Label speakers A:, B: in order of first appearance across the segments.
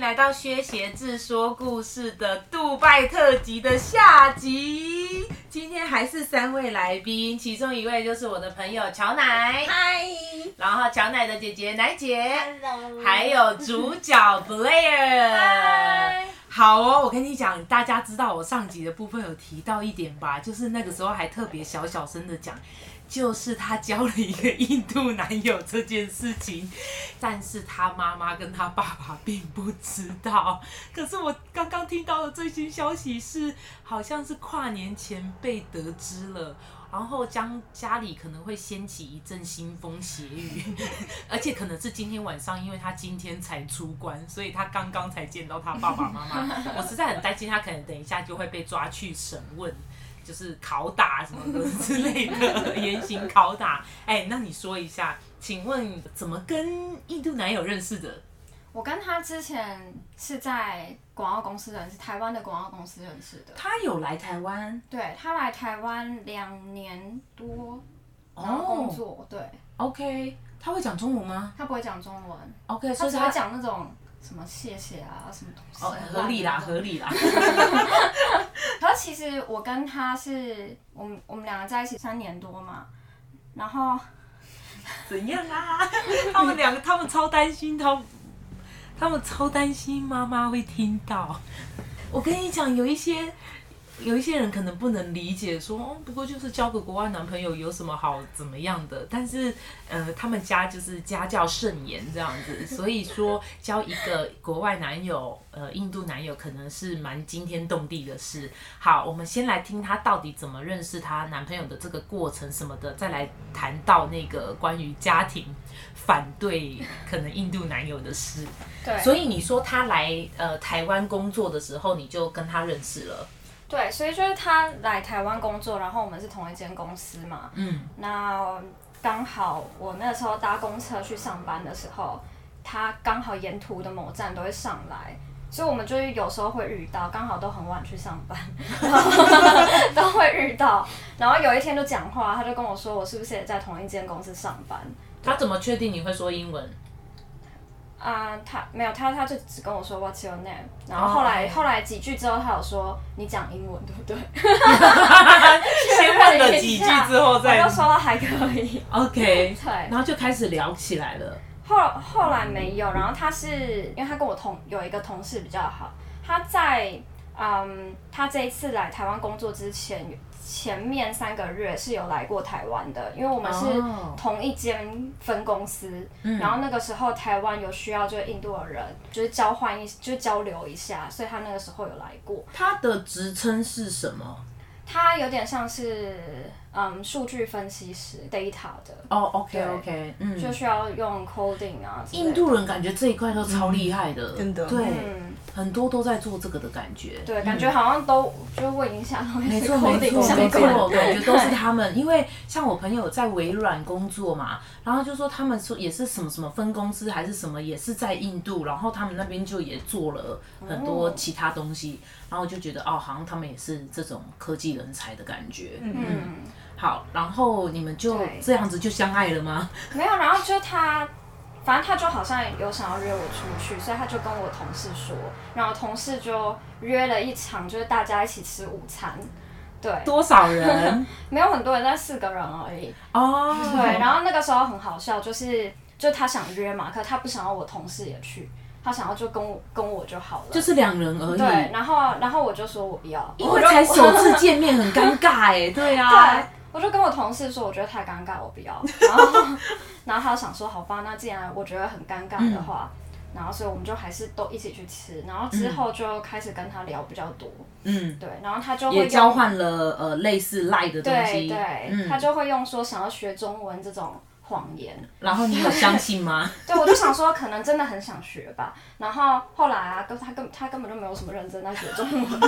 A: 来到薛鞋志说故事的杜拜特辑的下集。今天还是三位来宾，其中一位就是我的朋友乔奶，
B: 嗨
A: 然后乔奶的姐姐奶姐，
B: ，Hello，
A: 还有主角 Blair。
B: 嗨
A: 好哦，我跟你讲，大家知道我上集的部分有提到一点吧，就是那个时候还特别小小声的讲，就是她交了一个印度男友这件事情，但是她妈妈跟她爸爸并不知道。可是我刚刚听到的最新消息是，好像是跨年前被得知了。然后将家里可能会掀起一阵腥风血雨，而且可能是今天晚上，因为他今天才出关，所以他刚刚才见到他爸爸妈妈。 我实在很担心他可能等一下就会被抓去审问，就是拷打什么的之类的，严刑拷打。哎、那你说一下，请问怎么跟印度男友认识的？
C: 我跟他之前 是在广告公司认识，台湾的广告公司认识的。
A: 他有来台湾
C: 对他来台湾两年多，然后工
A: 哦
C: 作。对
A: ，OK，他会讲中文吗
C: 他不会讲中文，
A: ？OK，所
C: 他
A: 以
C: 只会
A: 他
C: 讲那种什么谢谢啊，什么东西、
A: 哦，合理啦，合
C: 理。
A: 理啦。
C: 然后其实我跟他是，我们我们两个在一起三年多嘛，然后
A: 怎样啊？ 他们两个，他们超担心，他们他们超担心妈妈会听到。我跟你讲，有一些有一些人可能不能理解说，哦，不过就是交个国外男朋友有什么好怎么样的？但是，呃，他们家就是家教甚严这样子，所以说交一个国外男友，呃，印度男友可能是蛮惊天动地的事。好，我们先来听她到底怎么认识她男朋友的这个过程什么的，再来谈到那个关于家庭反对可能印度男友的 事。
C: 对
A: 所以你说她来呃台湾工作的时候，你就跟她认识了。
C: 对，所以就是他来台湾工作，然后我们是同一间公司嘛。
A: 嗯，
C: 那刚好我那时候搭公车去上班的时候，他刚好沿途的某站都会上来，所以我们就是有时候会遇到，刚好都很晚去上班， 然后都会遇到。然后有一天就讲话，他就跟我说我是不是也在同一间公司上班。
A: 她怎么确定你会说英文？
C: 啊、他没有他，他就只跟我说 What's your name，然后后来、
A: 哦
C: 后来几句之后，他有说你讲英文对不对？
A: 先问了几句之后再
C: 我就说还可以。
A: OK，
C: 对，
A: 然后就开始聊起来了。
C: 后后来没有，然后他是因为他跟我同有一个同事比较好，他在嗯，他这一次来台湾工作之前，前面三个月是有来过台湾的，因为我们是
A: 哦嗯
C: 同一间分公司，然后那个时候台湾有需要就是印度的人，就是交换一就是交流一下，所以他那个时候有来过。
A: 她的职称是什么？
C: 他有点像是嗯数据分析师 data 的，
A: 哦，OK，OK、o k OK，嗯，
C: 就需要用 coding 啊之类的。
A: 印度人感觉这一块都超厉害的，
B: 嗯真的
A: 对，
C: 嗯。
A: 很多都在做这个的感觉，
C: 对，感觉好像都就问一下，然后
A: 嗯 没
C: 也是
A: 错，
C: 扣
A: 没
C: 顶
A: 错，
C: 相
A: 没
C: 关
A: 错，感觉都是他们。因为像我朋友在微软工作嘛，然后就说他们说也是什么什么分公司还是什么，也是在印度，然后他们那边就也做了很
C: 哦
A: 多其他东西，然后我就觉得哦，好像他们也是这种科技人才的感觉。嗯，
C: 嗯，
A: 好，然后你们就
C: 对
A: 这样子就相爱了吗？
C: 没有，然后就他，反正他就好像有想要约我出去，所以他就跟我同事说，然后同事就约了一场，就是大家一起吃午餐，对，
A: 多少 人？
C: 没有很多人，但四个人而已，
A: 哦，
C: 对，然后那个时候很好笑，就是就他想约嘛，可他不想要我同事也去，他想要就跟我跟我就好了，
A: 就是两人而已。
C: 对，然后然后我就说我不要，
A: 因为才首次见面，很尴尬哎、对啊，
C: 对，我就跟我同事说，我觉得太尴尬，我不要。然后， 然后他就想说，好吧，那既然我觉得很尴尬的话，
A: 嗯
C: 然后所以我们就还是都一起去吃。然后之后就开始跟他聊比较多，
A: 嗯，
C: 对，然后他就会
A: 也
C: 用
A: 交，换了呃类似赖的东
C: 对
A: 西，嗯
C: 对，他就会用说想要学中文这种谎言。
A: 然后你有相信 吗？
C: 对，我就想说，可能真的很想学吧。然后后来啊，跟他根他根本就没有什么认真在学中文。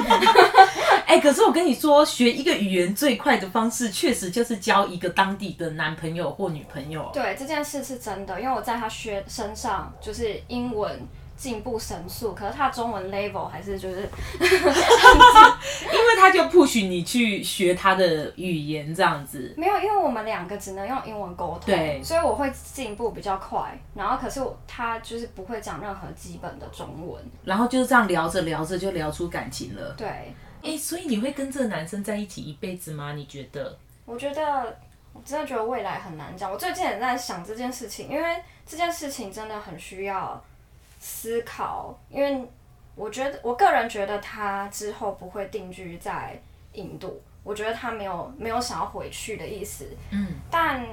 A: 哎、可是我跟你说，学一个语言最快的方式，确实就是交一个当地的男朋友或女朋友。
C: 对，这件事是真的，因为我在他学身上，就是英文进步神速，可是他中文 level 还是就是
A: 因为他就 push 你去学他的语言这样子。
C: 没有，因为我们两个只能用英文沟通，
A: 对
C: 所以我会进步比较快。然后可是我他就是不会讲任何基本的中文，
A: 然后就是这样聊着聊着就聊出感情了。
C: 对
A: 哎、所以你会跟这个男生在一起一辈子吗？你觉得？
C: 我觉得我真的觉得未来很难讲。我最近也在想这件事情，因为这件事情真的很需要思考。因为我觉得我个人觉得他之后不会定居在印度，我觉得他没有没有想要回去的意思。
A: 嗯，
C: 但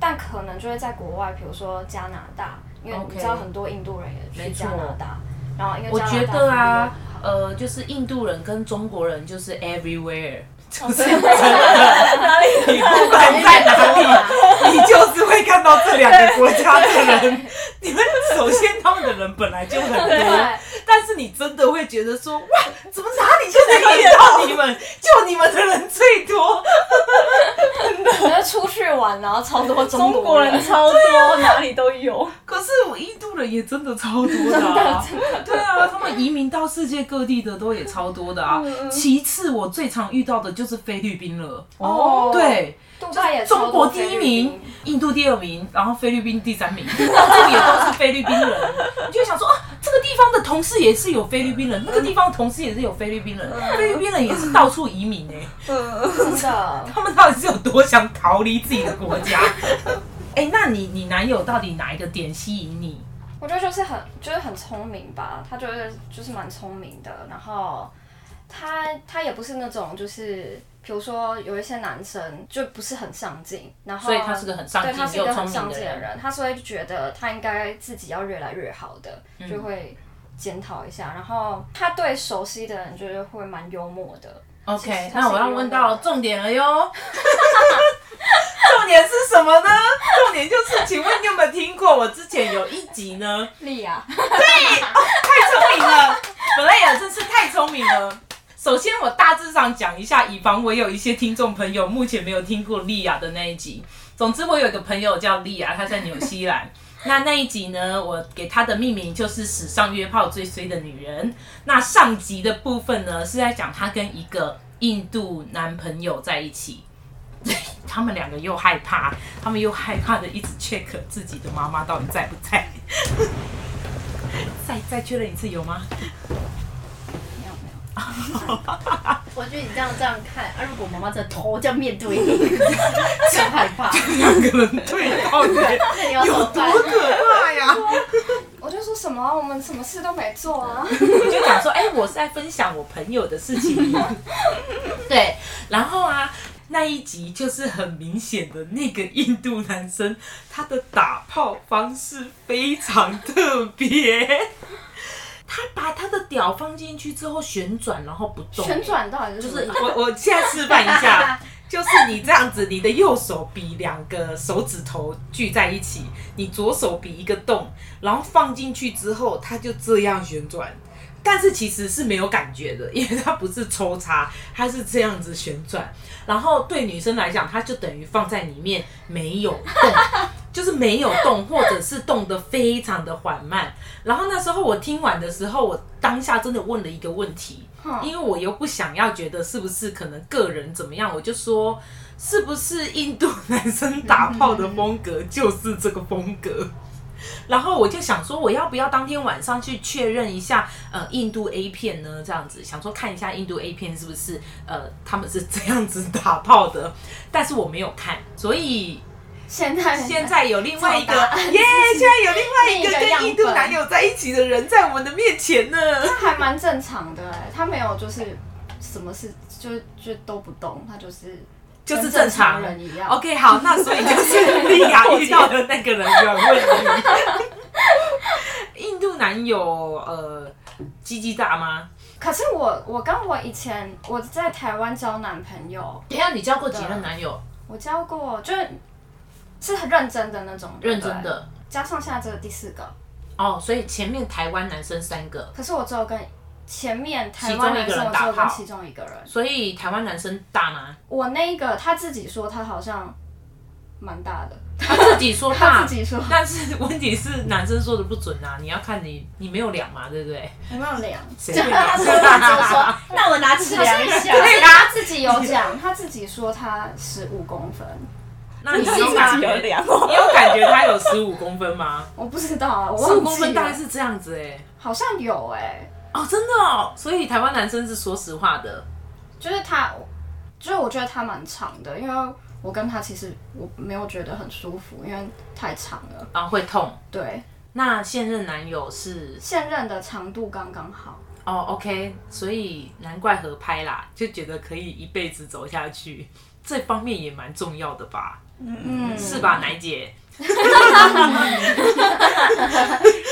C: 但可能就会在国外，比如说加拿大，因为
A: OK
C: 你知道很多印度人也去
A: 没
C: 加
A: 错
C: 拿大，然后因为
A: 我
C: 加拿大
A: 觉得啊
C: 福利又好，
A: 呃，就是印度人跟中国人就是 everywhere，就是
C: 对
A: 真的，哪里你不管在哪里，你就是会看到这两个国家的人。你们首先他们的人本来就很多，
C: 对，
A: 但是你真的会觉得说，哇，怎么哪里就能遇到你们， 就你们的人最多。
C: 我觉得出去玩然后超多中
B: 中国人
C: 人，
B: 超多，哪里都有。
A: 可是我印度人也真的超多的、啊，对啊，他们移民到世界各地的都也超多的啊。其次，我最常遇到的就是菲律宾了。
C: 哦
A: 对，
C: 杜拜也超
A: 中
C: 多
A: 国第一名，印度第二名，然后菲律宾第三名，这里也都是菲律宾人。你就会想说啊，这个地方的同事也是有菲律宾人，那个地方的同事也是有菲律宾人，菲律宾人也是到处移民哎、
B: 嗯，
C: 真 的。
A: 他们到底是有多想逃离自己的国 家？哎、那你你男友到底哪一个点吸引你？
C: 我觉得就是很就是很聪明吧，他就是就是蛮聪明的，然后他他也不是那种就是。比如说，有一些男生就不是很上进，然后
A: 所以他是个很上进
C: 对，他是一
A: 又
C: 个很
A: 聪
C: 上
A: 明的
C: 进的
A: 人
C: 人，他是会觉得他应该自己要越来越好的，
A: 嗯
C: 就会检讨一下。然后他对熟悉的人就是会蛮幽默的，
A: OK，
C: 其实它是
A: 那我要
C: 一个
A: 问
C: 那
A: 到
C: 个
A: 重点了哟。 重点是什么呢？重点就是，请问你有没有听过我之前有一集呢？
C: 莉亚，
A: 太聪明了，本来也真是太聪明了。首先，我大致上讲一下，以防我有一些听众朋友目前没有听过莉亚的那一集。总之，我有一个朋友叫莉亚，她在纽西兰。那那一集呢，我给她的命名就是“史上约炮最衰的女人”。那上集的部分呢，是在讲她跟一个印度男朋友在一起，他们两个又害怕，他们又害怕的一直 check 自己的妈妈到底在不在。再再确认一次有吗？
C: 没有没有，
B: 我觉得你这样这样看，啊，如果妈妈在头这样面对 你，就很害怕。
A: 两个人对到底
B: 那你要怎么办？
A: 可怕呀！
C: 我就说什么啊我们什么事都没做啊，
A: 我就讲说，哎、我是在分享我朋友的事情。对，然后啊，那一集就是很明显的那个印度男生，他的打炮方式非常特别。他把他的屌放进去之后旋转，然后不动。
C: 旋转到底是
A: 就
C: 什么
A: 是
C: 意思
A: 我我现在示范一 下，就是你这样子，你的右手比两个手指头聚在一起，你左手比一个洞，然后放进去之后，它就这样旋转。但是其实是没有感觉的，因为它不是抽插，它是这样子旋转。然后对女生来讲，它就等于放在里面没有动，就是没有动，或者是动得非常的缓慢。然后那时候我听完的时候，我当下真的问了一个问题，
C: 哼
A: 因为我又不想要觉得是不是可能个人怎么样，我就说是不是印度男生打炮的风格就是这个风格。 然后我就想说，我要不要当天晚上去确认一下，呃，印度 A 片呢？这样子想说看一下印度 A 片是不是呃他们是这样子打炮的，但是我没有看，所以
C: 现在
A: 现在有另外一个
C: 哎找答案
A: 耶，现在有另外一个
C: 另一个
A: 跟
C: 样本
A: 印度男友在一起的人在我们的面前呢。
C: 他还蛮正常的、欸，他没有就是什么事就就都不动，他就是
A: 就是
C: 跟
A: 正
C: 正
A: 常
C: 人一样。
A: OK，好，那所以就是莉亚遇到的那个人有问题。印度男友呃，鸡鸡大吗？
C: 可是我我跟我以前我在台湾交男朋友，
A: 等一下，你交过几任男友？
C: 我交过就是是很认真的那种，对
A: 认
C: 不对
A: 真，的
C: 加上现在这个第四个，
A: 哦，所以前面台湾男生三个，
C: 可是我只有跟前面台
A: 其中
C: 湾
A: 一个
C: 男
A: 人
C: 生我只有
A: 打
C: 跟
A: 炮
C: 其中一个人，
A: 所以台湾男生大吗？
C: 我那一个他自己说他好像蛮大的，
A: 他自自己说
C: 他
A: 大
C: 自，己说，
A: 但是问题是男生说的不准啊，你要看你你没有量嘛，对不对？
B: 有没有量？
A: 谁
B: 就
A: 会
B: 他
A: 量？
B: 说完之后说，那我拿尺量一 下。
C: 对他自己有讲，他自己说他十五公分，
A: 那你
C: 自己
A: 有感
D: 有
A: 觉？
D: 量哦
A: 你 有感觉他有十五公分吗？
C: 我不知道啊，我
A: 十
C: 忘
A: 五
C: 记
A: 公分大概
C: 了
A: 是这样子哎、欸。
C: 好像有哎、
A: 哦，真的哦，所以台湾男生是说实话的，
C: 就是他，就是我觉得他蛮长的，因为我跟他其实我没有觉得很舒服，因为太长了。
A: 啊，会痛。
C: 对，
A: 那现任男友是
C: 现任的长度刚刚好。
A: 哦，OK，所以难怪合拍啦，就觉得可以一辈子走下去，这方面也蛮重要的吧？
C: 嗯，
A: 是？吧，奶姐？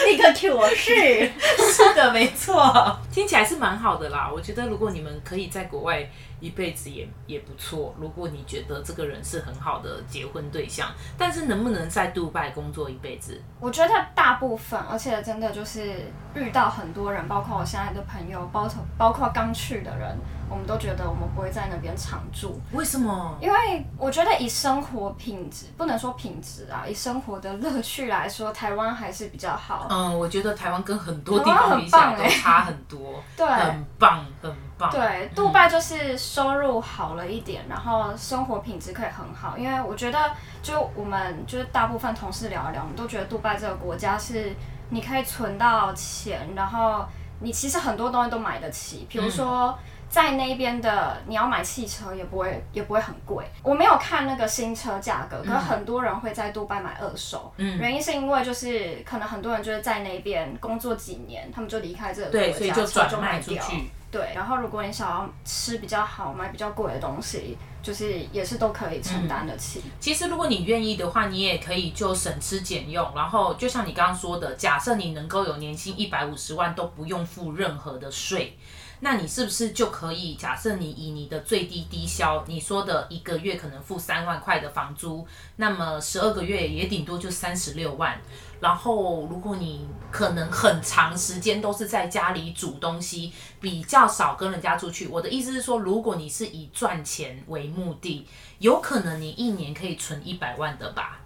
B: 立刻 Q 我 是，
A: 是的，没 错，听起来是蛮好的啦。我觉得如果你们可以在国外一辈子也也不错。如果你觉得这个人是很好的结婚对象，但是能不能在杜拜工作一辈子？
C: 我觉得大部分，而且真的就是遇到很多人，包括我现在的朋友，包括包括刚去的人，我们都觉得我们不会在那边常住，
A: 为什么？
C: 因为我觉得以生活品质，不能说品质啊，以生活的乐趣来说，台湾还是比较好。
A: 嗯，我觉得台湾跟很多地
C: 台湾
A: 方
C: 很
A: 比起来
C: 棒
A: 都
C: 欸
A: 差很多，
C: 对，
A: 很棒，很棒。
C: 对，杜拜就是收入好了一点，然后生活品质可以很好。因为我觉得，就我们就是大部分同事聊一聊，我们都觉得杜拜这个国家是你可以存到钱，然后你其实很多东西都买得起，比如说。
A: 嗯
C: 在那边的你要买汽车也不会也不会很贵，我没有看那个新车价格，可是很多人会在杜拜买二手，
A: 嗯
C: 原因是因为就是可能很多人就是在那边工作几年，他们就离开这个国家，
A: 对，所以就
C: 车
A: 转卖
C: 卖
A: 出
C: 掉。
A: 去。
C: 对，然后如果你想要吃比较好、买比较贵的东西，就是也是都可以承担得起。
A: 其实，如果你愿意的话，你也可以就省吃俭用。然后，就像你刚刚说的，假设你能够有年薪一百五十万都不用付任何的税，那你是不是就可以？假设你以你的最低低消，你说的一个月可能付三万块的房租，那么十二个月也顶多就三十六万。然后，如果你可能很长时间都是在家里煮东西，比较少跟人家出去。我的意思是说，如果你是以赚钱为目的，有可能你一年可以存一百万的吧？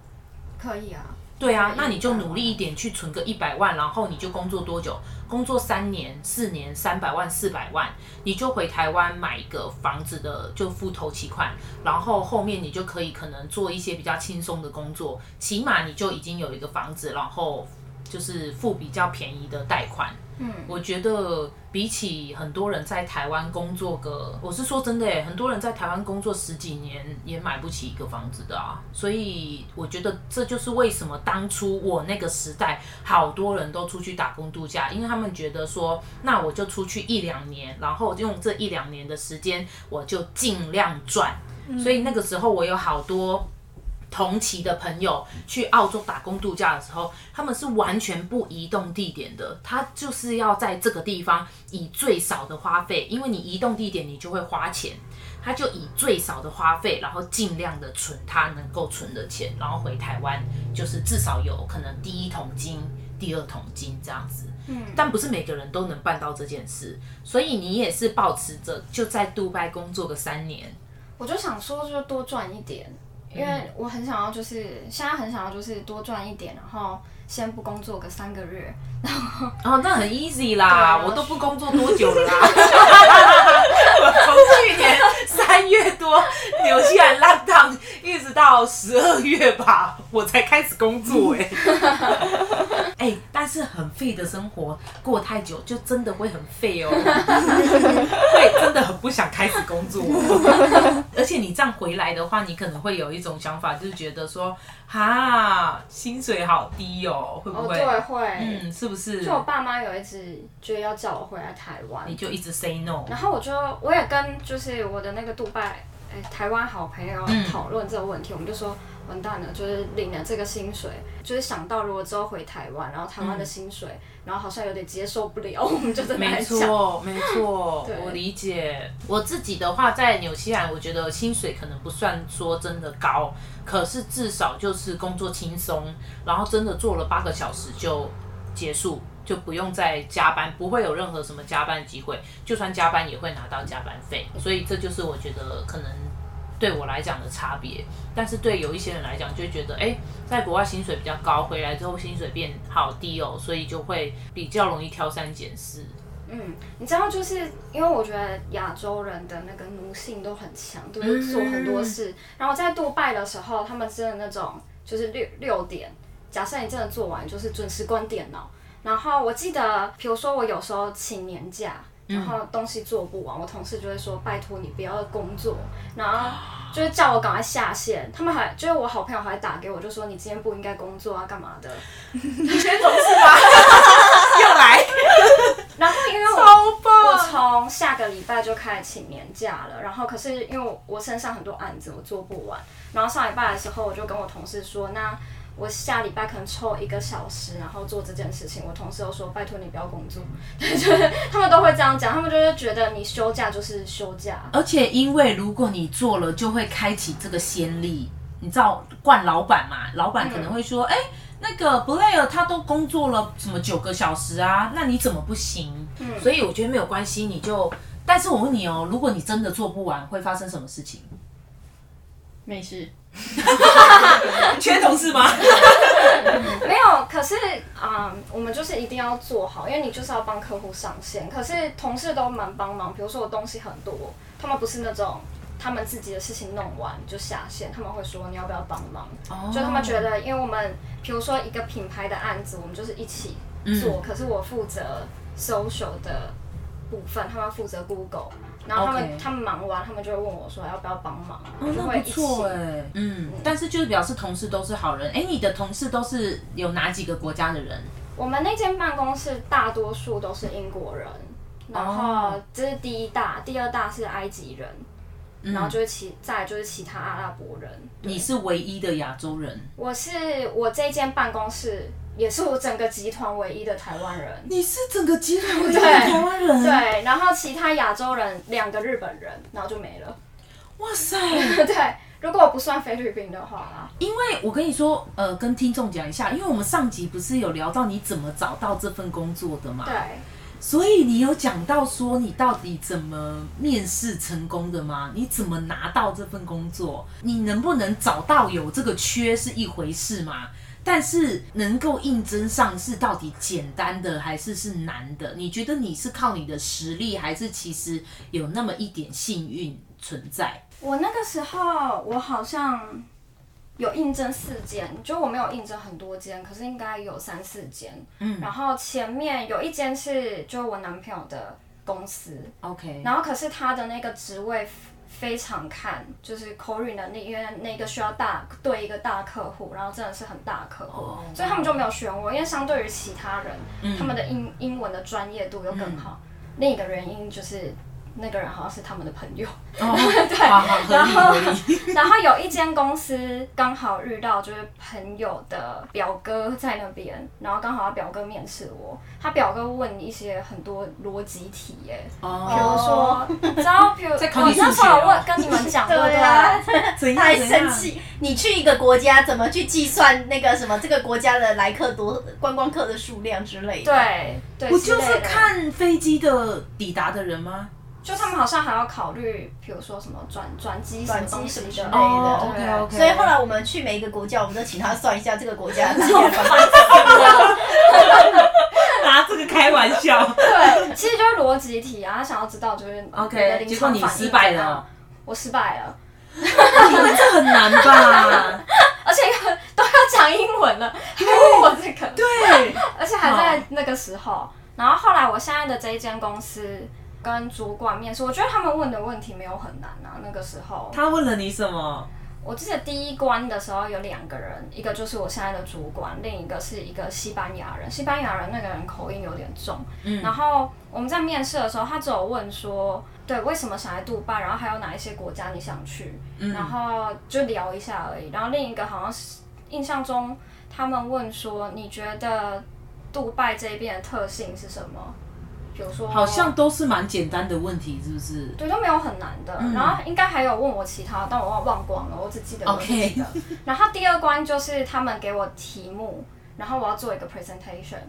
C: 可以啊，
A: 对啊，
C: 对
A: 那你就努力一点去存个一百万，然后你就工作多久？工作三年、四年，三百万、四百万，你就回台湾买一个房子的，就付头期款，然后后面你就可以可能做一些比较轻松的工作，起码你就已经有一个房子，然后就是付比较便宜的贷款。
C: 嗯，
A: 我觉得比起很多人在台湾工作个，我是说真的耶，很多人在台湾工作十几年也买不起一个房子的啊。所以我觉得这就是为什么当初我那个时代好多人都出去打工度假，因为他们觉得说，那我就出去一两年，然后用这一两年的时间，我就尽量赚。所以那个时候我有好多同期的朋友去澳洲打工度假的时候，他们是完全不移动地点的，他就是要在这个地方以最少的花费，因为你移动地点你就会花钱，他就以最少的花费，然后尽量的存他能够存的钱，然后回台湾就是至少有可能第一桶金、第二桶金这样子。
C: 嗯
A: 但不是每个人都能办到这件事，所以你也是保持着就在杜拜工作个三年，
C: 我就想说就多赚一点，因为我很想要就是现在很想要就是多赚一点，然后先不工作个三个月，
A: 哦，那很 easy
C: 对
A: 啦，
C: 啊
A: 我都不工作多久了 啦。我从去年三月多纽西兰浪荡，一直到十二月吧，我才开始工作 哎、哎、但是很废的生活过太久，就真的会很废 哦，会真的很不想开始工作。哦 而且你这样回来的话，你可能会有一种想法，就是觉得说，哈，薪水好低哦，会不
C: 哦
A: 会？
C: 对会，
A: 嗯，是不是？
C: 就我爸妈有一直就要叫我回来台湾
A: 你，就一直 say no。
C: 然后我就我也跟就是我的那个杜拜哎台湾好朋友
A: 嗯
C: 讨论这个问题，我们就说完蛋了，就是领了这个薪水，就是想到如果之后回台湾，然后台湾的薪水，然后好像有点接受不了，我们就在那
A: 没
C: 里讲。
A: 错，没错
C: 对，
A: 我理解。我自己的话，在纽西兰，我觉得薪水可能不算说真的高，可是至少就是工作轻松，然后真的做了八个小时就结束，就不用再加班，不会有任何什么加班机会，就算加班也会拿到加班费，所以这就是我觉得可能对我来讲的差别。但是对有一些人来讲，就会觉得，哎、在国外薪水比较高，回来之后薪水变好低哦，所以就会比较容易挑三拣四。
C: 嗯，你知道，就是因为我觉得亚洲人的那个奴性都很强，都是做很多事。然后在杜拜的时候，他们真的那种就是六六点，假设你真的做完，就是准时关电脑。然后我记得，比如说我有时候请年假，然后东西做不完，我同事就会说：“拜托你不要工作。”然后就是叫我赶快下线。他们还就是我好朋友还打给我，就说：“你今天不应该工作啊，干嘛的
A: 你觉得总是吧？又来，？”
C: 然后因为我
A: 超
C: 我
A: 棒！
C: 从下个礼拜就开始请年假了，然后可是因为我我身上很多案子我做不完，然后上礼拜的时候我就跟我同事说，那我下礼拜可能抽一个小时，然后做这件事情。我同事都说，拜托你不要工作， 就是他们都会这样讲，他们就是觉得你休假就是休假，
A: 而且因为如果你做了，就会开启这个先例。你知道惯老板嘛？老板可能会说：“哎、那个 Blair 他都工作了什么九个小时啊，那你怎么不行？”
C: 嗯
A: 所以我觉得没有关系，你就。但是我问你哦，如果你真的做不完，会发生什么事 情？
B: 没事，
A: 缺同事吗？
C: 没有，可是啊、嗯我们就是一定要做好，因为你就是要帮客户上线。可是同事都蛮帮忙，比如说我东西很多，他们不是那种他们自己的事情弄完就下线，他们会说你要不要帮忙？
A: 哦
C: 就他们觉得，因为我们比如说一个品牌的案子，我们就是一起做，可是我负责 social 的部分，他们负责 Google，然后他们
A: OK
C: 他们忙完，他们就会问我说要不要帮忙，我
A: 哦，
C: 就
A: 那
C: 会
A: 不
C: 一起。
A: 错哎、嗯，但是就是表示同事都是好人。哎、你的同事都是有哪几个国家的人？
C: 我们那间办公室大多数都是英国人，然后
A: 哦
C: 这是第一大，第二大是埃及人，
A: 嗯
C: 然后就是其再来就是其他阿拉伯人。对
A: 你是唯一的亚洲人，
C: 我是我这间办公室也是我整个集团唯一的台湾人。
A: 你是整个集团唯一
C: 的台
A: 湾人
C: 对，然后其他亚洲人两个日本人，然后就没了。
A: 哇塞！
C: 对，如果我不算菲律宾的话啦，
A: 因为我跟你说，呃，跟听众讲一下，因为我们上集不是有聊到你怎么找到这份工作的嘛，
C: 对，
A: 所以你有讲到说你到底怎么面试成功的吗？你怎么拿到这份工作？你能不能找到有这个缺是一回事嘛？但是能够应征上是到底简单的还是是难的？你觉得你是靠你的实力，还是其实有那么一点幸运存在？
C: 我那个时候我好像有应征四间，就我没有应征很多间，可是应该有三四间。
A: 嗯
C: 然后前面有一间是就我男朋友的公司，
A: ，OK，
C: 然后可是他的那个职位非常看，就是口语能力，因为那个需要大对一个大客户，然后真的是很大客户，
A: 哦嗯
C: 所以他们就没有选我，因为相对于其他人，他们的英英文的专业度又更好。另一个原因就是那个人好像是他们的朋友。
A: 哦，对，好好合
C: 然
A: 理
C: 后
A: 合理，
C: 然后有一间公司刚好遇到就是朋友的表哥在那边，然后刚好他表哥面试我，他表哥问一些很多逻辑题耶、比如
A: 哦，
C: 说，你知道，比如
A: 在考你
C: 我那时
A: 数学
C: 候
A: 哦
C: 有问跟你们 讲过对不
B: 对
C: 对？
B: 啊，
A: 怎样
B: 太
A: 怎样
B: 生气！你去一个国家，怎么去计算那个什么这个国家的来客多、观光客的数量之类的？
C: 对对，
A: 不
C: 之
A: 就
C: 类
A: 是
C: 的，
A: 看飞机的抵达的人吗？
C: 就他们好像还要考虑，比如说什么转转机什么
B: 转机
C: 东
B: 什么
C: 西
B: 之类
C: 的
B: 的
A: 哦
C: 对
A: ，OK，OK
B: 所以后来我们去每一个国家，我们都请他算一下这个 国家的
A: 拿这个开玩 笑。
C: 对，其实就是逻辑题啊，他想要知道就是你的
A: OK，
C: 临
A: 结果
C: 场
A: 你
C: 反应
A: 失败
C: 怎样
A: 了，
C: 我失败了，啊
A: 因为这很难 吧？
C: 而且又都要讲英文了，还问我这个，
A: 对，
C: 而且还在那个时候。然后后来我现在的这一间公司跟主管面试，我觉得他们问的问题没有很难啊。那个时候，
A: 他问了你什么？
C: 我记得第一关的时候有两个人，一个就是我现在的主管，另一个是一个西班牙人。西班牙人那个人口音有点重，
A: 嗯
C: 然后我们在面试的时候，他只有问说，对，为什么想来杜拜，然后还有哪一些国家你想去，
A: 嗯
C: 然后就聊一下而已。然后另一个好像是印象中，他们问说，你觉得杜拜这边的特性是什么？比如说，
A: 好像都是蛮简单的问题，是不是？
C: 对，都没有很难的。
A: 嗯
C: 然后应该还有问我其他，但我忘忘光了，我只记得我
A: OK
C: 自己的。然后第二关就是他们给我题目，然后我要做一个 presentation，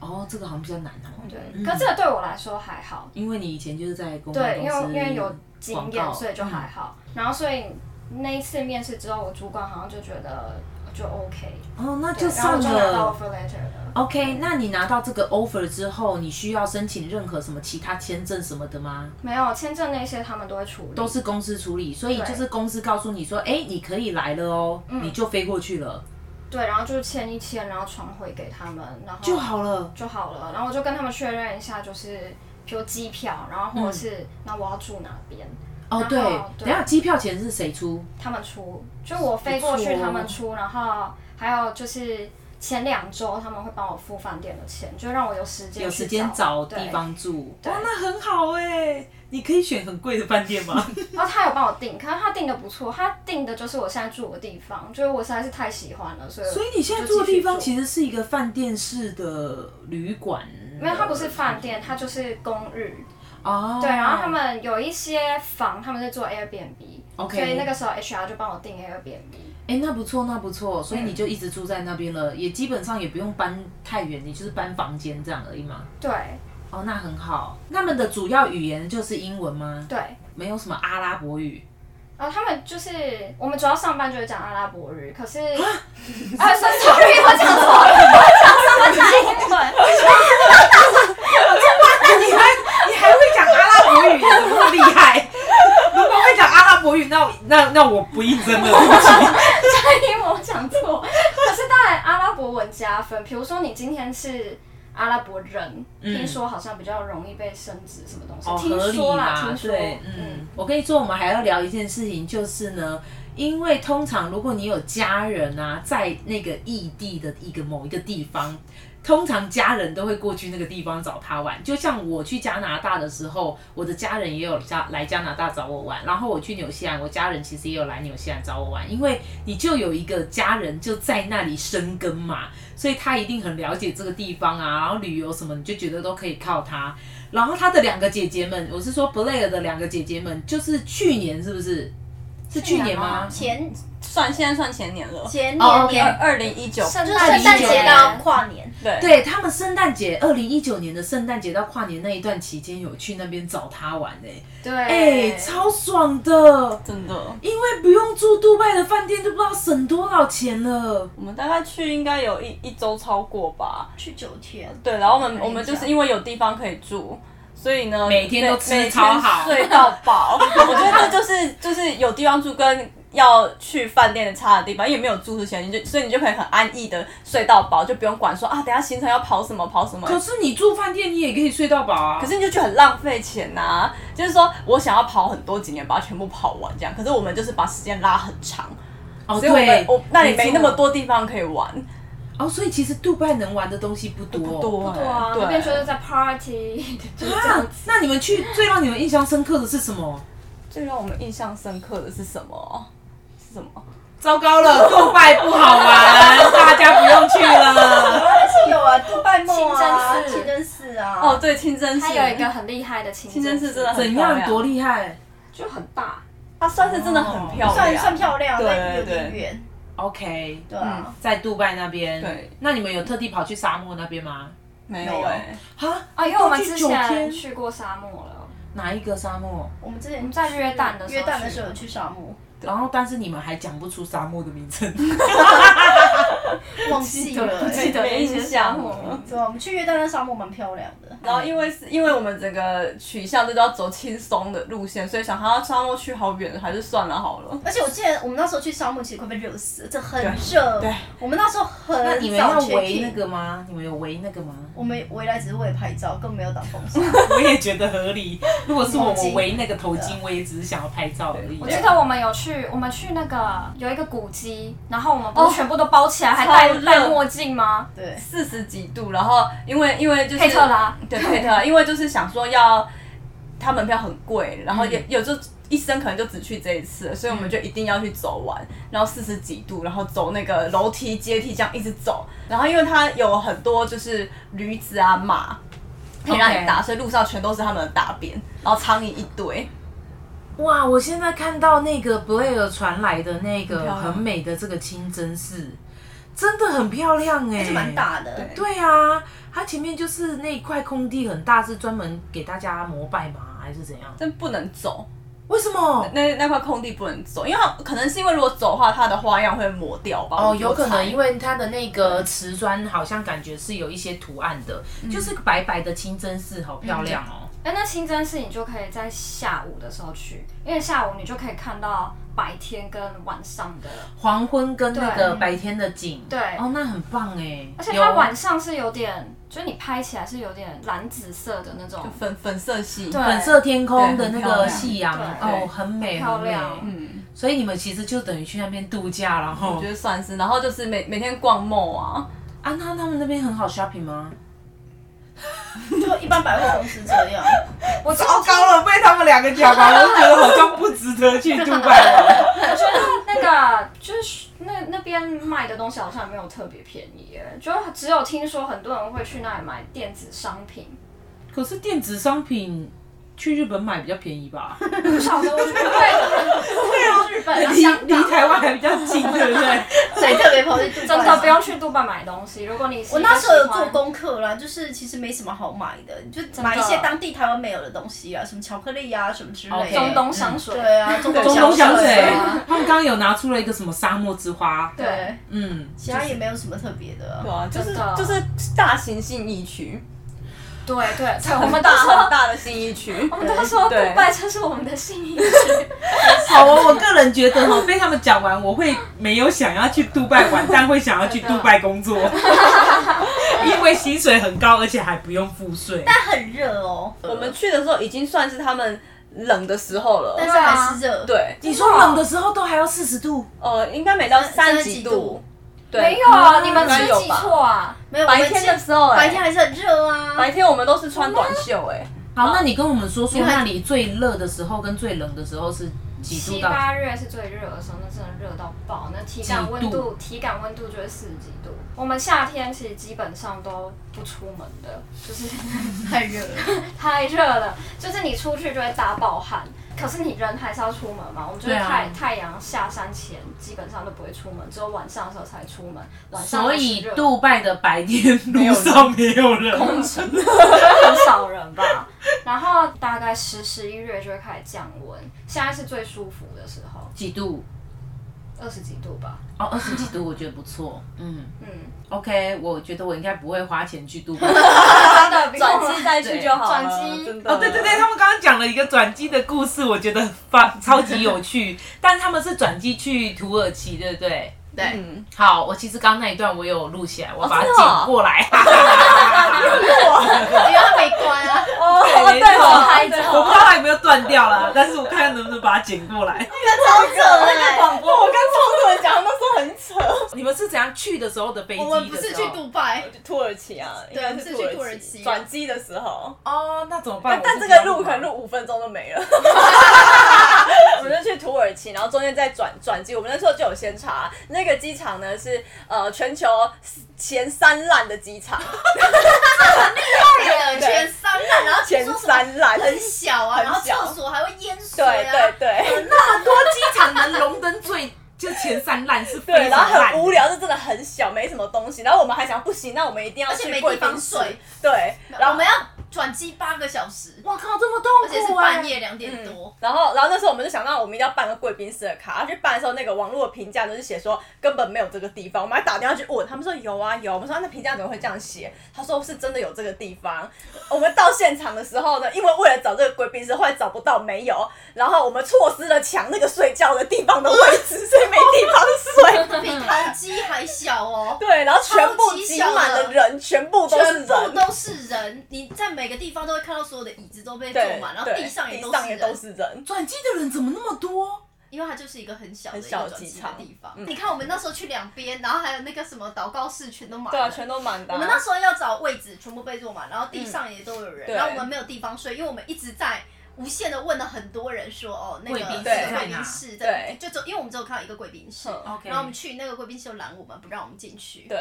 A: 哦，这个好像比较难哦。
C: 对，
A: 嗯
C: 可是这个对我来说还好，
A: 因为你以前就是在公关
C: 对，
A: 公
C: 因为
A: 司，
C: 因为有经
A: 广
C: 验，
A: 告嗯
C: 所以就还好。然后所以那一次面试之后，我主管好像就觉得就 OK，
A: 哦，那
C: 对
A: 就
C: 然后
A: 上
C: 我就拿到
A: 了。
C: offer letter 了。
A: OK，那你拿到这个 offer 之后，你需要申请任何什么其他签证什么的吗？
C: 没有签证那些他们都会处理，
A: 都是公司处理，所以
C: 对
A: 就是公司告诉你说，哎、你可以来了哦，你就飞过去了
C: 对，然后就是签一签，然后传回给他们，然后
A: 就好了。
C: 就好了。然后我就跟他们确认一下，就是比如机票，然后或者
A: 嗯
C: 是那我要住哪边，
A: 哦
C: 然，后
A: 对，
C: 对
A: 等一下机票钱是谁出？
C: 他们出，就我飞过去
A: 不错哦
C: 他们出，然后还有就是前两周他们会帮我付饭店的钱，就让我有时间
A: 有
C: 去
A: 时间找地
C: 对。
A: 方住，
C: 对
A: 哇，那很好哎、你可以选很贵的饭店吗？
C: 然后他有帮我订，可是他订的不错，他订的就是我现在住的地方，就是我实在是太喜欢了，所 以
A: 所以你现在住的地方其实是一个饭店式的旅馆，
C: 没有，它不是饭店，它就是公寓。
A: 哦。
C: 对，然后他们有一些房，他们是做 Airbnb，、
A: OK
C: 所以那个时候 HR 就帮我订 Airbnb。
A: 哎、那不错，那不错，所以你就一直住在那边了，也基本上也不用搬太远，你就是搬房间这样而已嘛。
C: 对
A: 哦，那很好。他们的主要语言就是英文吗？
C: 对，
A: 没有什么阿拉伯语，
C: 然后他们就是我们主要上班就是讲阿拉伯语，可是 啊，sorry，我讲错了，我讲什么讲英文？
A: 你还你还会讲阿拉伯语，你怎么那么厉害？ 如果会讲阿拉伯语，那那那我不应 征了，对不起。
C: 讲英文我讲错，可是当然阿拉伯文加分，比如说你今天是。阿拉伯人、
A: 嗯
C: 听说好像比较容易被升职，什么东西？
A: 哦，合
C: 听
A: 理
C: 说啦，
A: 啦，
C: 听说，
A: 对，嗯，我跟你说，我们还要聊一件事情，就是呢，因为通常如果你有家人啊，在那个异地的一个某一个地方。通常家人都会过去那个地方找他玩，就像我去加拿大的时候，我的家人也有加来加拿大找我玩，然后我去纽西兰，我家人其实也有来纽西兰找我玩，因为你就有一个家人就在那里生根嘛，所以他一定很了解这个地方啊，然后旅游什么你就觉得都可以靠他。然后他的两个姐姐们，我是说 Blair 的两个姐姐们，就是去年是不是？是去年吗？
B: 前
D: 算现在算前年了，
B: 前
A: 哦
B: 年
A: ，OK
D: 二
B: 年
D: 二零一九，
B: 圣
C: 就是
B: 圣
A: 19
B: 诞节到跨年，
D: 对
A: 对他们圣诞节，二零一九年的圣诞节到跨年那一段期间，有去那边找他玩哎、
C: 对，
A: 哎、超爽的，
D: 真的，
A: 因为不用住杜拜的饭店，就不知道省多少钱了。
D: 我们大概去应该有一一周超过吧。
B: 去九天，
D: 对，然后我们
B: 哎
D: 我们就是因为有地方可以住，所以呢，
A: 每天都
D: 每
A: 吃
D: 每天
A: 超好
D: 睡到饱。 我觉得这就是就是有地方住跟要去饭店的差的地方，因为没有住之前，你就所以你就可以很安逸的睡到饱，就不用管说啊，等一下行程要跑什么跑什么。
A: 可是你住饭店，你也可以睡到饱啊。
D: 可是你就觉得很浪费钱呐、啊就是说我想要跑很多景点，把它全部跑完这样。可是我们就是把时间拉很长，
A: 哦，
D: 所以我们
A: 对，
D: 我那里没那么
A: 错
D: 多地方可以玩，
A: 哦，所以其实杜拜能玩的东西不多，
D: 不多
C: 对啊，
D: 欸
C: 那边就是在 party，就是 这样
A: 啊。那你们去最让你们印象深刻的是什么？
D: 最让我们印象深刻的是什么？是什么？
A: 糟糕了，杜拜不好玩，大家不用去了。
B: 而且有啊，杜拜梦啊，
C: 清真寺
B: 清真寺啊，
D: 哦，，对，清真寺，
C: 它有一个很厉害的清
D: 清真寺真的很
A: 怎
D: 漂
A: 样？
D: 亮
A: 多厉害
C: 就很大，
D: 它算是真的很漂亮，
B: 算算漂亮，
D: 啊对
B: 但有
D: 对
B: 点远，
A: ？OK，
B: 对啊，
A: 在杜拜那边。
D: 对，
A: 那你们有特地跑去沙漠那边吗？
B: 没
D: 没有
B: 有
D: 哎、
A: 啊
C: 啊，因为我们
A: 都去
C: 之
A: 九
C: 前
A: 天
C: 去过沙漠了，
A: 哪一个沙漠？
B: 我们之
C: 我
B: 前
C: 们在约旦的时候
B: 约旦的时候有去沙漠，
A: 然后，但是你们还讲不出沙漠的名 称。
B: 忘记了
C: 不，记得
D: 没
C: 那些
D: 印
C: 沙
D: 象
C: 漠
D: 了。
B: 对啊，我们去约旦那沙漠蛮漂亮的，
D: 然后因为是因为我们整个取向都要走轻松的路线，所以想他沙漠去好远，还是算了好了。
B: 而且我记得我们那时候去沙漠其实快被热死了，这很热。
D: 对，
B: 我们那时候很
A: 那你们
B: 早
A: 要
B: check
A: 围
B: in
A: 那个吗？你们有围那个吗？
B: 我们围来只是为了拍照，更没有挡风沙。
A: 我也觉得合理。如果是我，
B: 头巾
A: 我围那个头巾，我也只是想要拍照而已
C: 我
D: 对
C: 记得我们有去，我们去那个有一个古迹，然后我们不
D: 哦
C: 是全部都包起来，还
D: 超
C: 戴
D: 热
C: 戴墨镜吗？
B: 对，
D: 四十几度，然后因为因为就是
C: 佩特拉
D: 对佩特拉，因为就是想说要，他门票很贵，然后也、
A: 嗯
D: 有就一生可能就只去这一次，所以我们就一定要去走完，然后四十几度，然后走那个楼梯阶梯这样一直走，然后因为它有很多就是驴子啊马。可以让你打所以路上全都是他们的大便，然后苍蝇一堆。
A: 哇！我现在看到那个 Blair 传来的那
D: 很
A: 个
D: 漂亮
A: 很美的这个清真寺，真的很漂亮哎、
B: 而且蛮。大的，欸
D: 对
A: 对啊，它前面就是那一块空地很大，是专门给大家膜拜吗？还是怎样？
D: 但不能走，
A: 为什么？
D: 那那块空地不能走，因为它可能是因为如果走的话，它的花样会磨掉吧。
A: 哦，
D: 我
A: 有可
D: 猜
A: 能因为它的那个瓷砖好像感觉是有一些图案的，就是白白的清真寺，好漂亮哦。
C: 哎，那清真寺你就可以在下午的时候去，因为下午你就可以看到白天跟晚上的，
A: 黄昏跟那个
C: 对
A: 白天的景，
C: 对
A: 哦，那很棒哎。
C: 而且
A: 有
C: 它晚上是有点，就是你拍起来是有点蓝紫色的那种，
D: 粉粉色系，
C: 对
A: 粉色天空
D: 对
A: 的那
D: 很
A: 个
D: 漂亮
A: 夕阳，
C: 对
A: 哦，很美，
C: 漂亮
A: 很美。
D: 嗯，
A: 所以你们其实就等于去那边度假了
D: 我
A: 吼
C: 嗯
D: 觉。得算是。然后就是每每天逛 mall 啊，
A: 啊，那他们那边很好 shopping 吗？
B: 就一般百货公司这样。
C: 我
A: 糟糕了，被他们两个讲完，我觉得好像不值得去杜拜啊了。
C: 我觉得 那个就是那那边卖的东西好像没有特别便宜耶，就只有听说很多人会去那里买电子商品。
A: 可是电子商品去日本买比较便宜 吧？
C: 不晓得，我觉得 对日本、啊、
A: 离
C: 香
A: 离
C: 港，
A: 台湾还比较近，对不 对？
B: 谁特别跑去杜拜？
C: 真的不。用去杜拜买东西。如果你是
B: 我
C: 一个
B: 那时候有
C: 喜欢
B: 做功课啦，就是其实没什么好买的，你就买一
C: 真的
B: 些当地台湾没有的东西 啊，什么巧克力啊，什么之类的。
A: OK
C: 哦中东香水，
B: 对啊，中
A: 中东香水
B: 水
C: 啊，
A: 他们刚刚有拿出了一个什么沙漠之花，
B: 对，
A: 嗯，
B: 其他也没有什么特别的啊
D: 对。啊，就是
C: 真的
D: 就是大型信义区，
C: 对对对，我们
D: 大
C: 到时候
D: 很大的信义区
C: 我。们到时候杜
D: 对
C: 拜就是我们的信义区，
A: 好哦，我个人觉得哈，被他们讲完，我会没有想要去杜拜玩，但会想要去杜拜工 作，因为薪水很高，而且还不用付税。
B: 但很热哦，
D: 我们去的时候已经算是他们冷的时候了
B: 但，是还是热。，
D: 对，
A: 你说冷的时候都还要四十度，
D: 呃，应该没到三
B: 三
D: 几
B: 几
D: 度
B: 度，
D: 对，
C: 没有啊，
A: 嗯
C: 你们是记错啊，
B: 没有
D: 白天的时候、
B: 我们
D: 欸，
B: 白天还是很热啊。
D: 白天我们都是穿短袖、欸，
A: 好，那你跟我们说说，
B: 你看
A: 那里最热的时候跟最冷的时候是几度
C: 七
A: 到？
C: 八月是最热的时候，那真的热到爆，那体感温
A: 几
C: 度体感温度就是四十几度。我们夏天其实基本上都不出门的，就是
B: 太热了。
C: 太热了，就是你出去就会大爆汗。可是你人还是要出门嘛，我们就是
A: 对啊
C: 太、太阳下山前基本上都不会出门，只有晚上的时候才出门。晚上
A: 所
C: 还是
A: 以
C: 热
A: 杜拜的白天路上没有人，
C: 很少人吧。然后大概十十一月就会开始降温，现在是最舒服的时候，
A: 几度？
C: 二十几度吧。
A: 哦，二十几度，我觉得不错。嗯
C: 嗯，
A: ，OK，我觉得我应该不会花钱去 杜拜。
C: 真的不用
D: 转机再去就好了。
C: 转机
D: 真的
A: 哦，对对对，他们刚刚讲了一个转机的故事，我觉得很棒，超级有趣。但他们是转机去土耳其，对不对？
B: 对，
D: 嗯，
A: 好，我其实刚刚那一段我有录起来，我把它
D: 真的 哦
A: 剪过来。
B: 因为它没关啊。
D: 哦，
A: 没
D: 对
A: 错
D: 哦，拍着
A: 我不知道它有没有断掉啦，但是我看看能不能把它剪过来。
B: 超热
D: 那个
B: 哎！
D: 广播， 我跟冲突人讲，那时候很扯。
A: 你们是怎样去的时候的飞机的
B: 我
A: 时候？
B: 们不是去杜拜，
D: 土耳其啊，应该
B: 我们是去土耳其啊
D: 转机的时候，
A: 哦，那怎么办
D: 但？但
A: 我
D: 这
A: 是
D: 个路
A: 不知
D: 可
A: 道
D: 能。录五分钟都没 了。我们就去土耳其，然后中间再转转机。我们那时候就有先查那个机场呢是呃全球前三烂的 机场，
B: 对，全三烂，然后听
D: 前
B: 说什么
D: 三烂，
B: 很小啊，
D: 很
B: 然后
D: 小
B: 厕所还会淹水
D: 对
B: 啊。
D: 对对。
A: 那啊么多机场能荣登最就前三烂是
D: 对，
A: 非
D: 然
A: 常
D: 后
A: 烂
D: 很。无聊，就真的很小，没什么东西。然后我们还想，不行，那我们一定要
B: 而且
D: 去
B: 没
D: 贵
B: 地
D: 宾
B: 方
D: 室
B: 睡。
D: 对，
B: 然
D: 然
B: 后
D: 后
B: 我们要转机八个小时，
A: 我靠，这么痛苦、
B: 而且是半夜两点
D: 嗯
B: 多，，
D: 然后，然后那时候我们就想到，我们一定要办个贵宾室的卡。然后去办的时候，那个网络的评价就是写说根本没有这个地方。我们还打电话去问，他们说有啊有。我们说、啊那评价怎么会这样写？他说是真的有这个地方。我们到现场的时候呢，因为为了找这个贵宾室，后来找不到没有，然后我们错失了抢那个睡觉的地方的位置，所以没地方睡。
B: 比桃机还小哦。
D: 对，然后全部挤满了人，全部 都是
B: 全
D: 人，
B: 部都是人，你在每个地方都会看到所有的椅子都被坐
D: 对，
B: 满，然后
D: 对
B: 地上也
D: 地
B: 都
D: 上也
B: 是
D: 都
B: 人，
D: 是人。
A: 欸转机的人怎么那么多？
B: 因为它就是一个很小的一
D: 很
B: 个
D: 小的
B: 转
D: 机
B: 机的
D: 场
B: 地方。
D: 嗯
B: 你看我们那时候去两边，然后还有那个什么祷告室，全都满
D: 对啊，
B: 了。
D: 全都满的啊、
B: 我们那时候要找位置，全部被坐满，然后地上也都有人，
D: 嗯对
B: 然后我们没有地方睡，因为我们一直在无限的问了很多人说，哦，那个
A: 贵宾室
B: 这个
A: 在
B: 贵
A: 哪
B: 宾室
D: 对
B: 在，就只因为我们只有看到一个贵宾室，
D: 嗯
A: OK
B: 然后我们去那个贵宾室就拦我们，不让我们进去，
D: 对。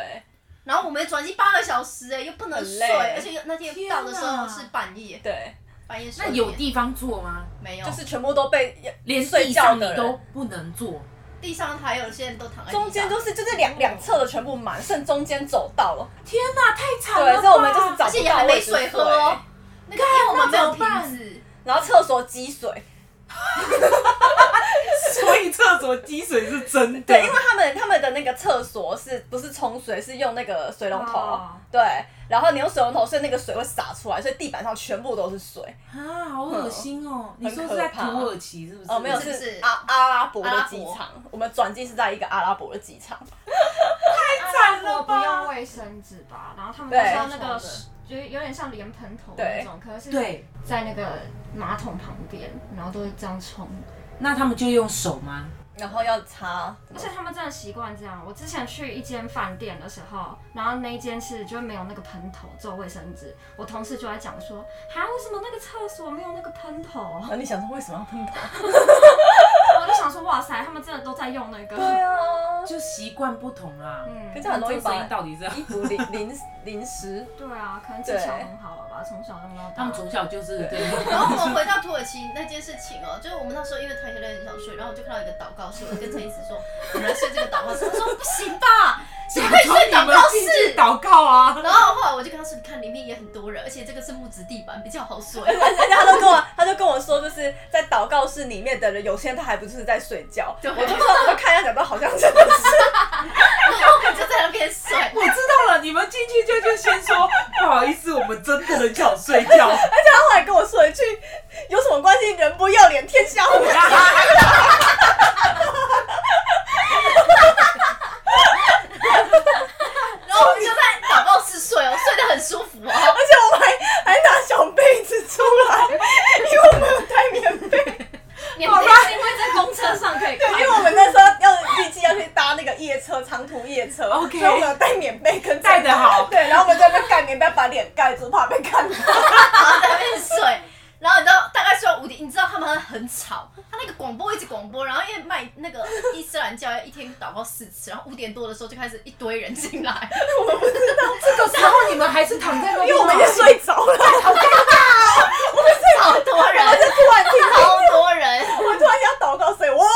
B: 然后我们转机八个小时、哎，又不能
D: 很
B: 睡，
D: 累
B: 而且那天
A: 天
B: 到的时
A: 哪
B: 候是半夜，
D: 对，
B: 半夜十
A: 那
B: 二点
A: 有地方坐吗？
B: 没有？
D: 就是全部都被
A: 连
D: 睡
A: 地
D: 觉
A: 上你
D: 的人
A: 都不能坐，
B: 地上还有些人都躺在地上
D: 中间就是就是两两侧的全部满，剩中间走道了。
A: 天哪，太惨了吧！
D: 对，所以我们就是找
B: 而且
D: 不
B: 也
D: 到
B: 还没
D: 位置
B: 水喝哦，那个因为我们没
A: 那
B: 有瓶
A: 怎
B: 子，
D: 然后厕所积水。
A: 所以厕所积水是真的。
D: 对，因为他们他们的那个厕所是不是冲水，是用那个水龙头。
C: 哦
D: 对，然后你用水龙头，所以那个水会洒出来，所以地板上全部都是水。
A: 啊，好恶心哦！你说是在土耳其是不是？
D: 哦，没有，
B: 是不
D: 是
B: 是
D: 阿阿拉伯
B: 阿
D: 的
B: 拉
D: 机
B: 伯
D: 场，我们转机是在一个阿拉伯的机场。
A: 惨
C: 我
A: 了
C: 不用
A: 吧？
C: 卫生纸吧，然后他们
D: 对
C: 就是要那个
B: 冲的，
C: 就有点像脸盆头
D: 对
C: 那种，可是
A: 对，
C: 在那个马桶旁边，然后都是这样冲，
A: 那他们就用手吗？
D: 然后要擦，
C: 而且他们真的习惯这样。我之前去一间饭店的时候，然后那一间是就没有那个喷头，只有卫生纸，我同事就在讲说，哈，为什么那个厕所没有那个喷头？
D: 那你想说为什么要喷头？
C: 我就想说，哇塞，他们真的都在用那个。
D: 对啊，
A: 就习惯不同啦。
D: 可
C: 嗯，
D: 是很容易
A: 这个声音
D: 把
A: 到底是要？
D: 衣服淋淋淋湿。
C: 对啊，可能技巧很好了吧，从小用到
A: 他
C: 大
A: 们。从小就是对，
B: 然后我们回到土耳其那件事情哦，就是我们那时候因为团体人很想睡，然后我就看到一个祷告室，我就跟陈医师说，我们来睡这个祷告室。他说不行吧，谁
A: 想
B: 会
A: 从
B: 睡
A: 你
B: 祷
A: 们
B: 告
A: 进去
B: 室？
A: 祷告啊！
B: 然后后来我就跟他说，你看里面也很多人，而且这个是木质地板，比较好 睡。
D: 而且他都跟我，他就跟我说，就是在祷告室里面的人，有些人他还不是在睡觉。
B: 对
D: 我就说，我就看一下，讲到好像真的是。
B: 然后我们就在那边睡，
A: 我知道了，你们进去就就先说不好意思，我们真的很想睡觉。
D: 他后来跟我说一句：“有什么关系？人不要脸，天下无敌。
B: 然后我们就在祷告室睡哦，睡得很舒服哦。
D: 而且我们还还拿小被子出来，因为我们有带棉被，
C: 免费是因为在公车上可以
D: 对，因
C: 看
D: 为我们那时候要预计要去搭那个夜车，长途夜车
A: OK
D: 所以我们有带棉被跟
A: 带得好
D: 对，然后我们在那边盖棉被，把脸盖住，怕被看到。
B: 然后在那边睡。然后你知道大概睡到五点，你知道他们很吵，他那个广播一直广播，然后因为卖那个伊斯兰教一天祷告四次，然后五点多的时候就开始一堆人进来，
A: 这个时候你们还是躺在那边，
D: 因为我们也睡着 了，
A: 啊
B: 好多人，
D: 就突然听到，
B: 超多人，
D: 我突然要祷告声，哇！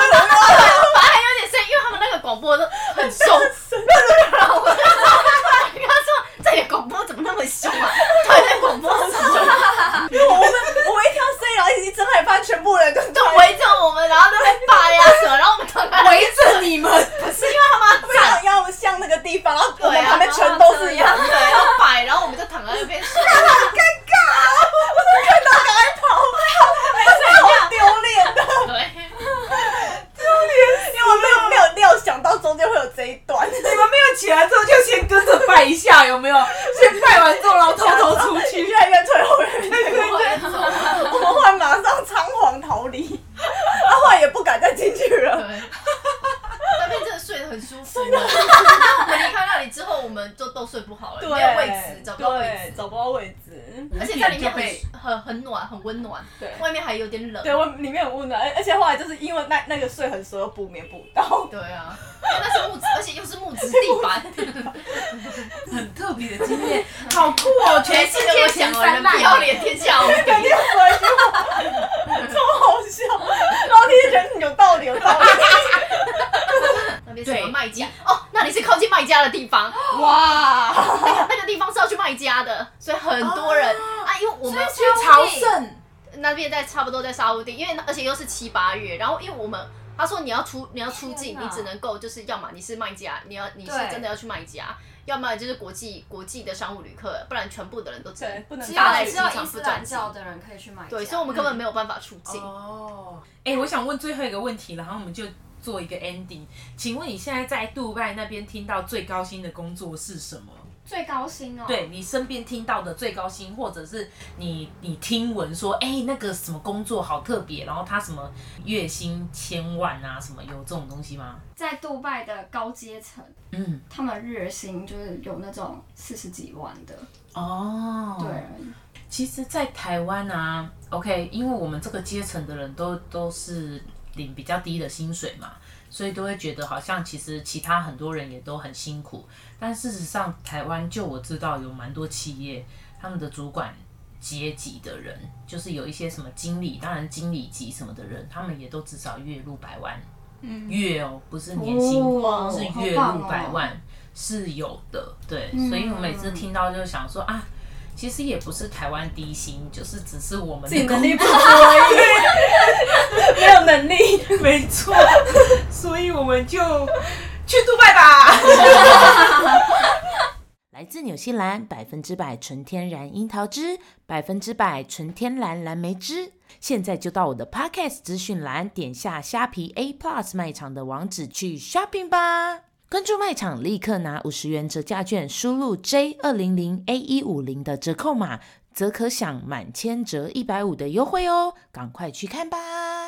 B: 反正还有点声音，因为他们那个广播都很凶。然后我就说，跟他说这里广播怎么那么凶啊？对，在广播上
D: 我们我们一听到声音，然后一直害怕，全部人都
B: 就围着我们，然后在那边扒呀什么，然后我们躺在那边
A: 围着你们，
B: 不是因为他们
D: 不想要向那个地方，然后
B: 对
D: 我们
B: 啊
D: 旁边全都是人，
B: 对要摆，然后我们就躺在那边睡。
D: 看到赶快跑，好丢脸的。
B: 对。
D: 因为我没有没有料想到中间会有这一段，
A: 你们没有起来之后就先跟着拜一下，有没 有？先拜完之后，然后偷偷出去。
D: 越来越退后，越来越退后。
B: 会走
D: 我们后来马上仓皇逃离，啊，后来也不敢再进去了。
B: 对，那边真的睡得很舒服。然后我们离开那里之后，我们就都睡不好了，没有位置，找不到位
D: 对找不到位置。
B: 置，而且在里面很很很暖，很温暖，
D: 对
B: 外面还有点冷。
D: 对，我里面很温暖，而而且后来就是因为那那个睡很熟，又补眠补到。
B: 对啊，因为那是木质，而且又是木质地板，
A: 很特别的经验，好酷哦！全世界前三
B: 不要
A: 大，
B: 脸，天下无敌。
D: 肯定说一句话，超好笑。然后天天觉得嗯有道理，有道理。
B: 那边什么卖家？哦，那里是靠近卖家的地方，
D: 哇，
B: 那个那个地方是要去卖家的，所以很多人啊，因为我们
A: 去朝圣，
B: 那边在差不多在沙乌地，因为那而且又是七八月，然后因为我们他说你要出你要出境，
C: 天哪
B: 你只能够就是要么你是卖家，你要你是
C: 对
B: 真的要去卖家，要么就是国际国际的商务旅客，不然全部的人都只
D: 对
B: 能
D: 不能
C: 只
D: 只
C: 有
B: 搭在
C: 只
B: 机
C: 有
B: 场
C: 伊
B: 不
C: 斯
B: 转
C: 兰
B: 机。
C: 教的人可以去买家。
B: 对，所以我们根本没有办法出境。
A: 哦，哎、我想问最后一个问题，然后我们就做一个 ending。请问你现在在杜拜那边听到最高薪的工作是什么？
C: 最高薪哦。
A: 对你身边听到的最高薪，或者是你你听闻说，哎、那个什么工作好特别，然后他什么月薪千万啊，什么有这种东西吗？
C: 在杜拜的高阶层，
A: 嗯，
C: 他们日薪就是有那种四十几万的，
A: 哦，
C: 对，
A: 其实，在台湾啊，OK，因为我们这个阶层的人都都是领比较低的薪水嘛，所以都会觉得好像其实其他很多人也都很辛苦。但事实上，台湾就我知道有蛮多企业，他们的主管阶级的人，就是有一些什么经理，当然经理级什么的人，他们也都至少月入百万月哦，不是年薪，
C: 哇
A: 是
C: 好
A: 月
C: 棒
A: 入
C: 哦嗯
A: 百万、是有的。对，所以我每次听到就想说啊，其实也不是台湾低薪，就是只是我们
D: 自己
A: 的
D: 能力不足而已，没有能力。
A: 没错，所以我们就去杜拜吧。来自纽西兰百分之百纯天然樱桃汁，百分之百纯天然蓝莓汁。现在就到我的 Podcast 资讯栏，点下虾皮 A Plus 卖场的网址去 shopping 吧。关注卖场，立刻拿五十元折价券，输入 J 二零零 A 一五零的折扣码，则可享满千折一百五的优惠哦！赶快去看吧。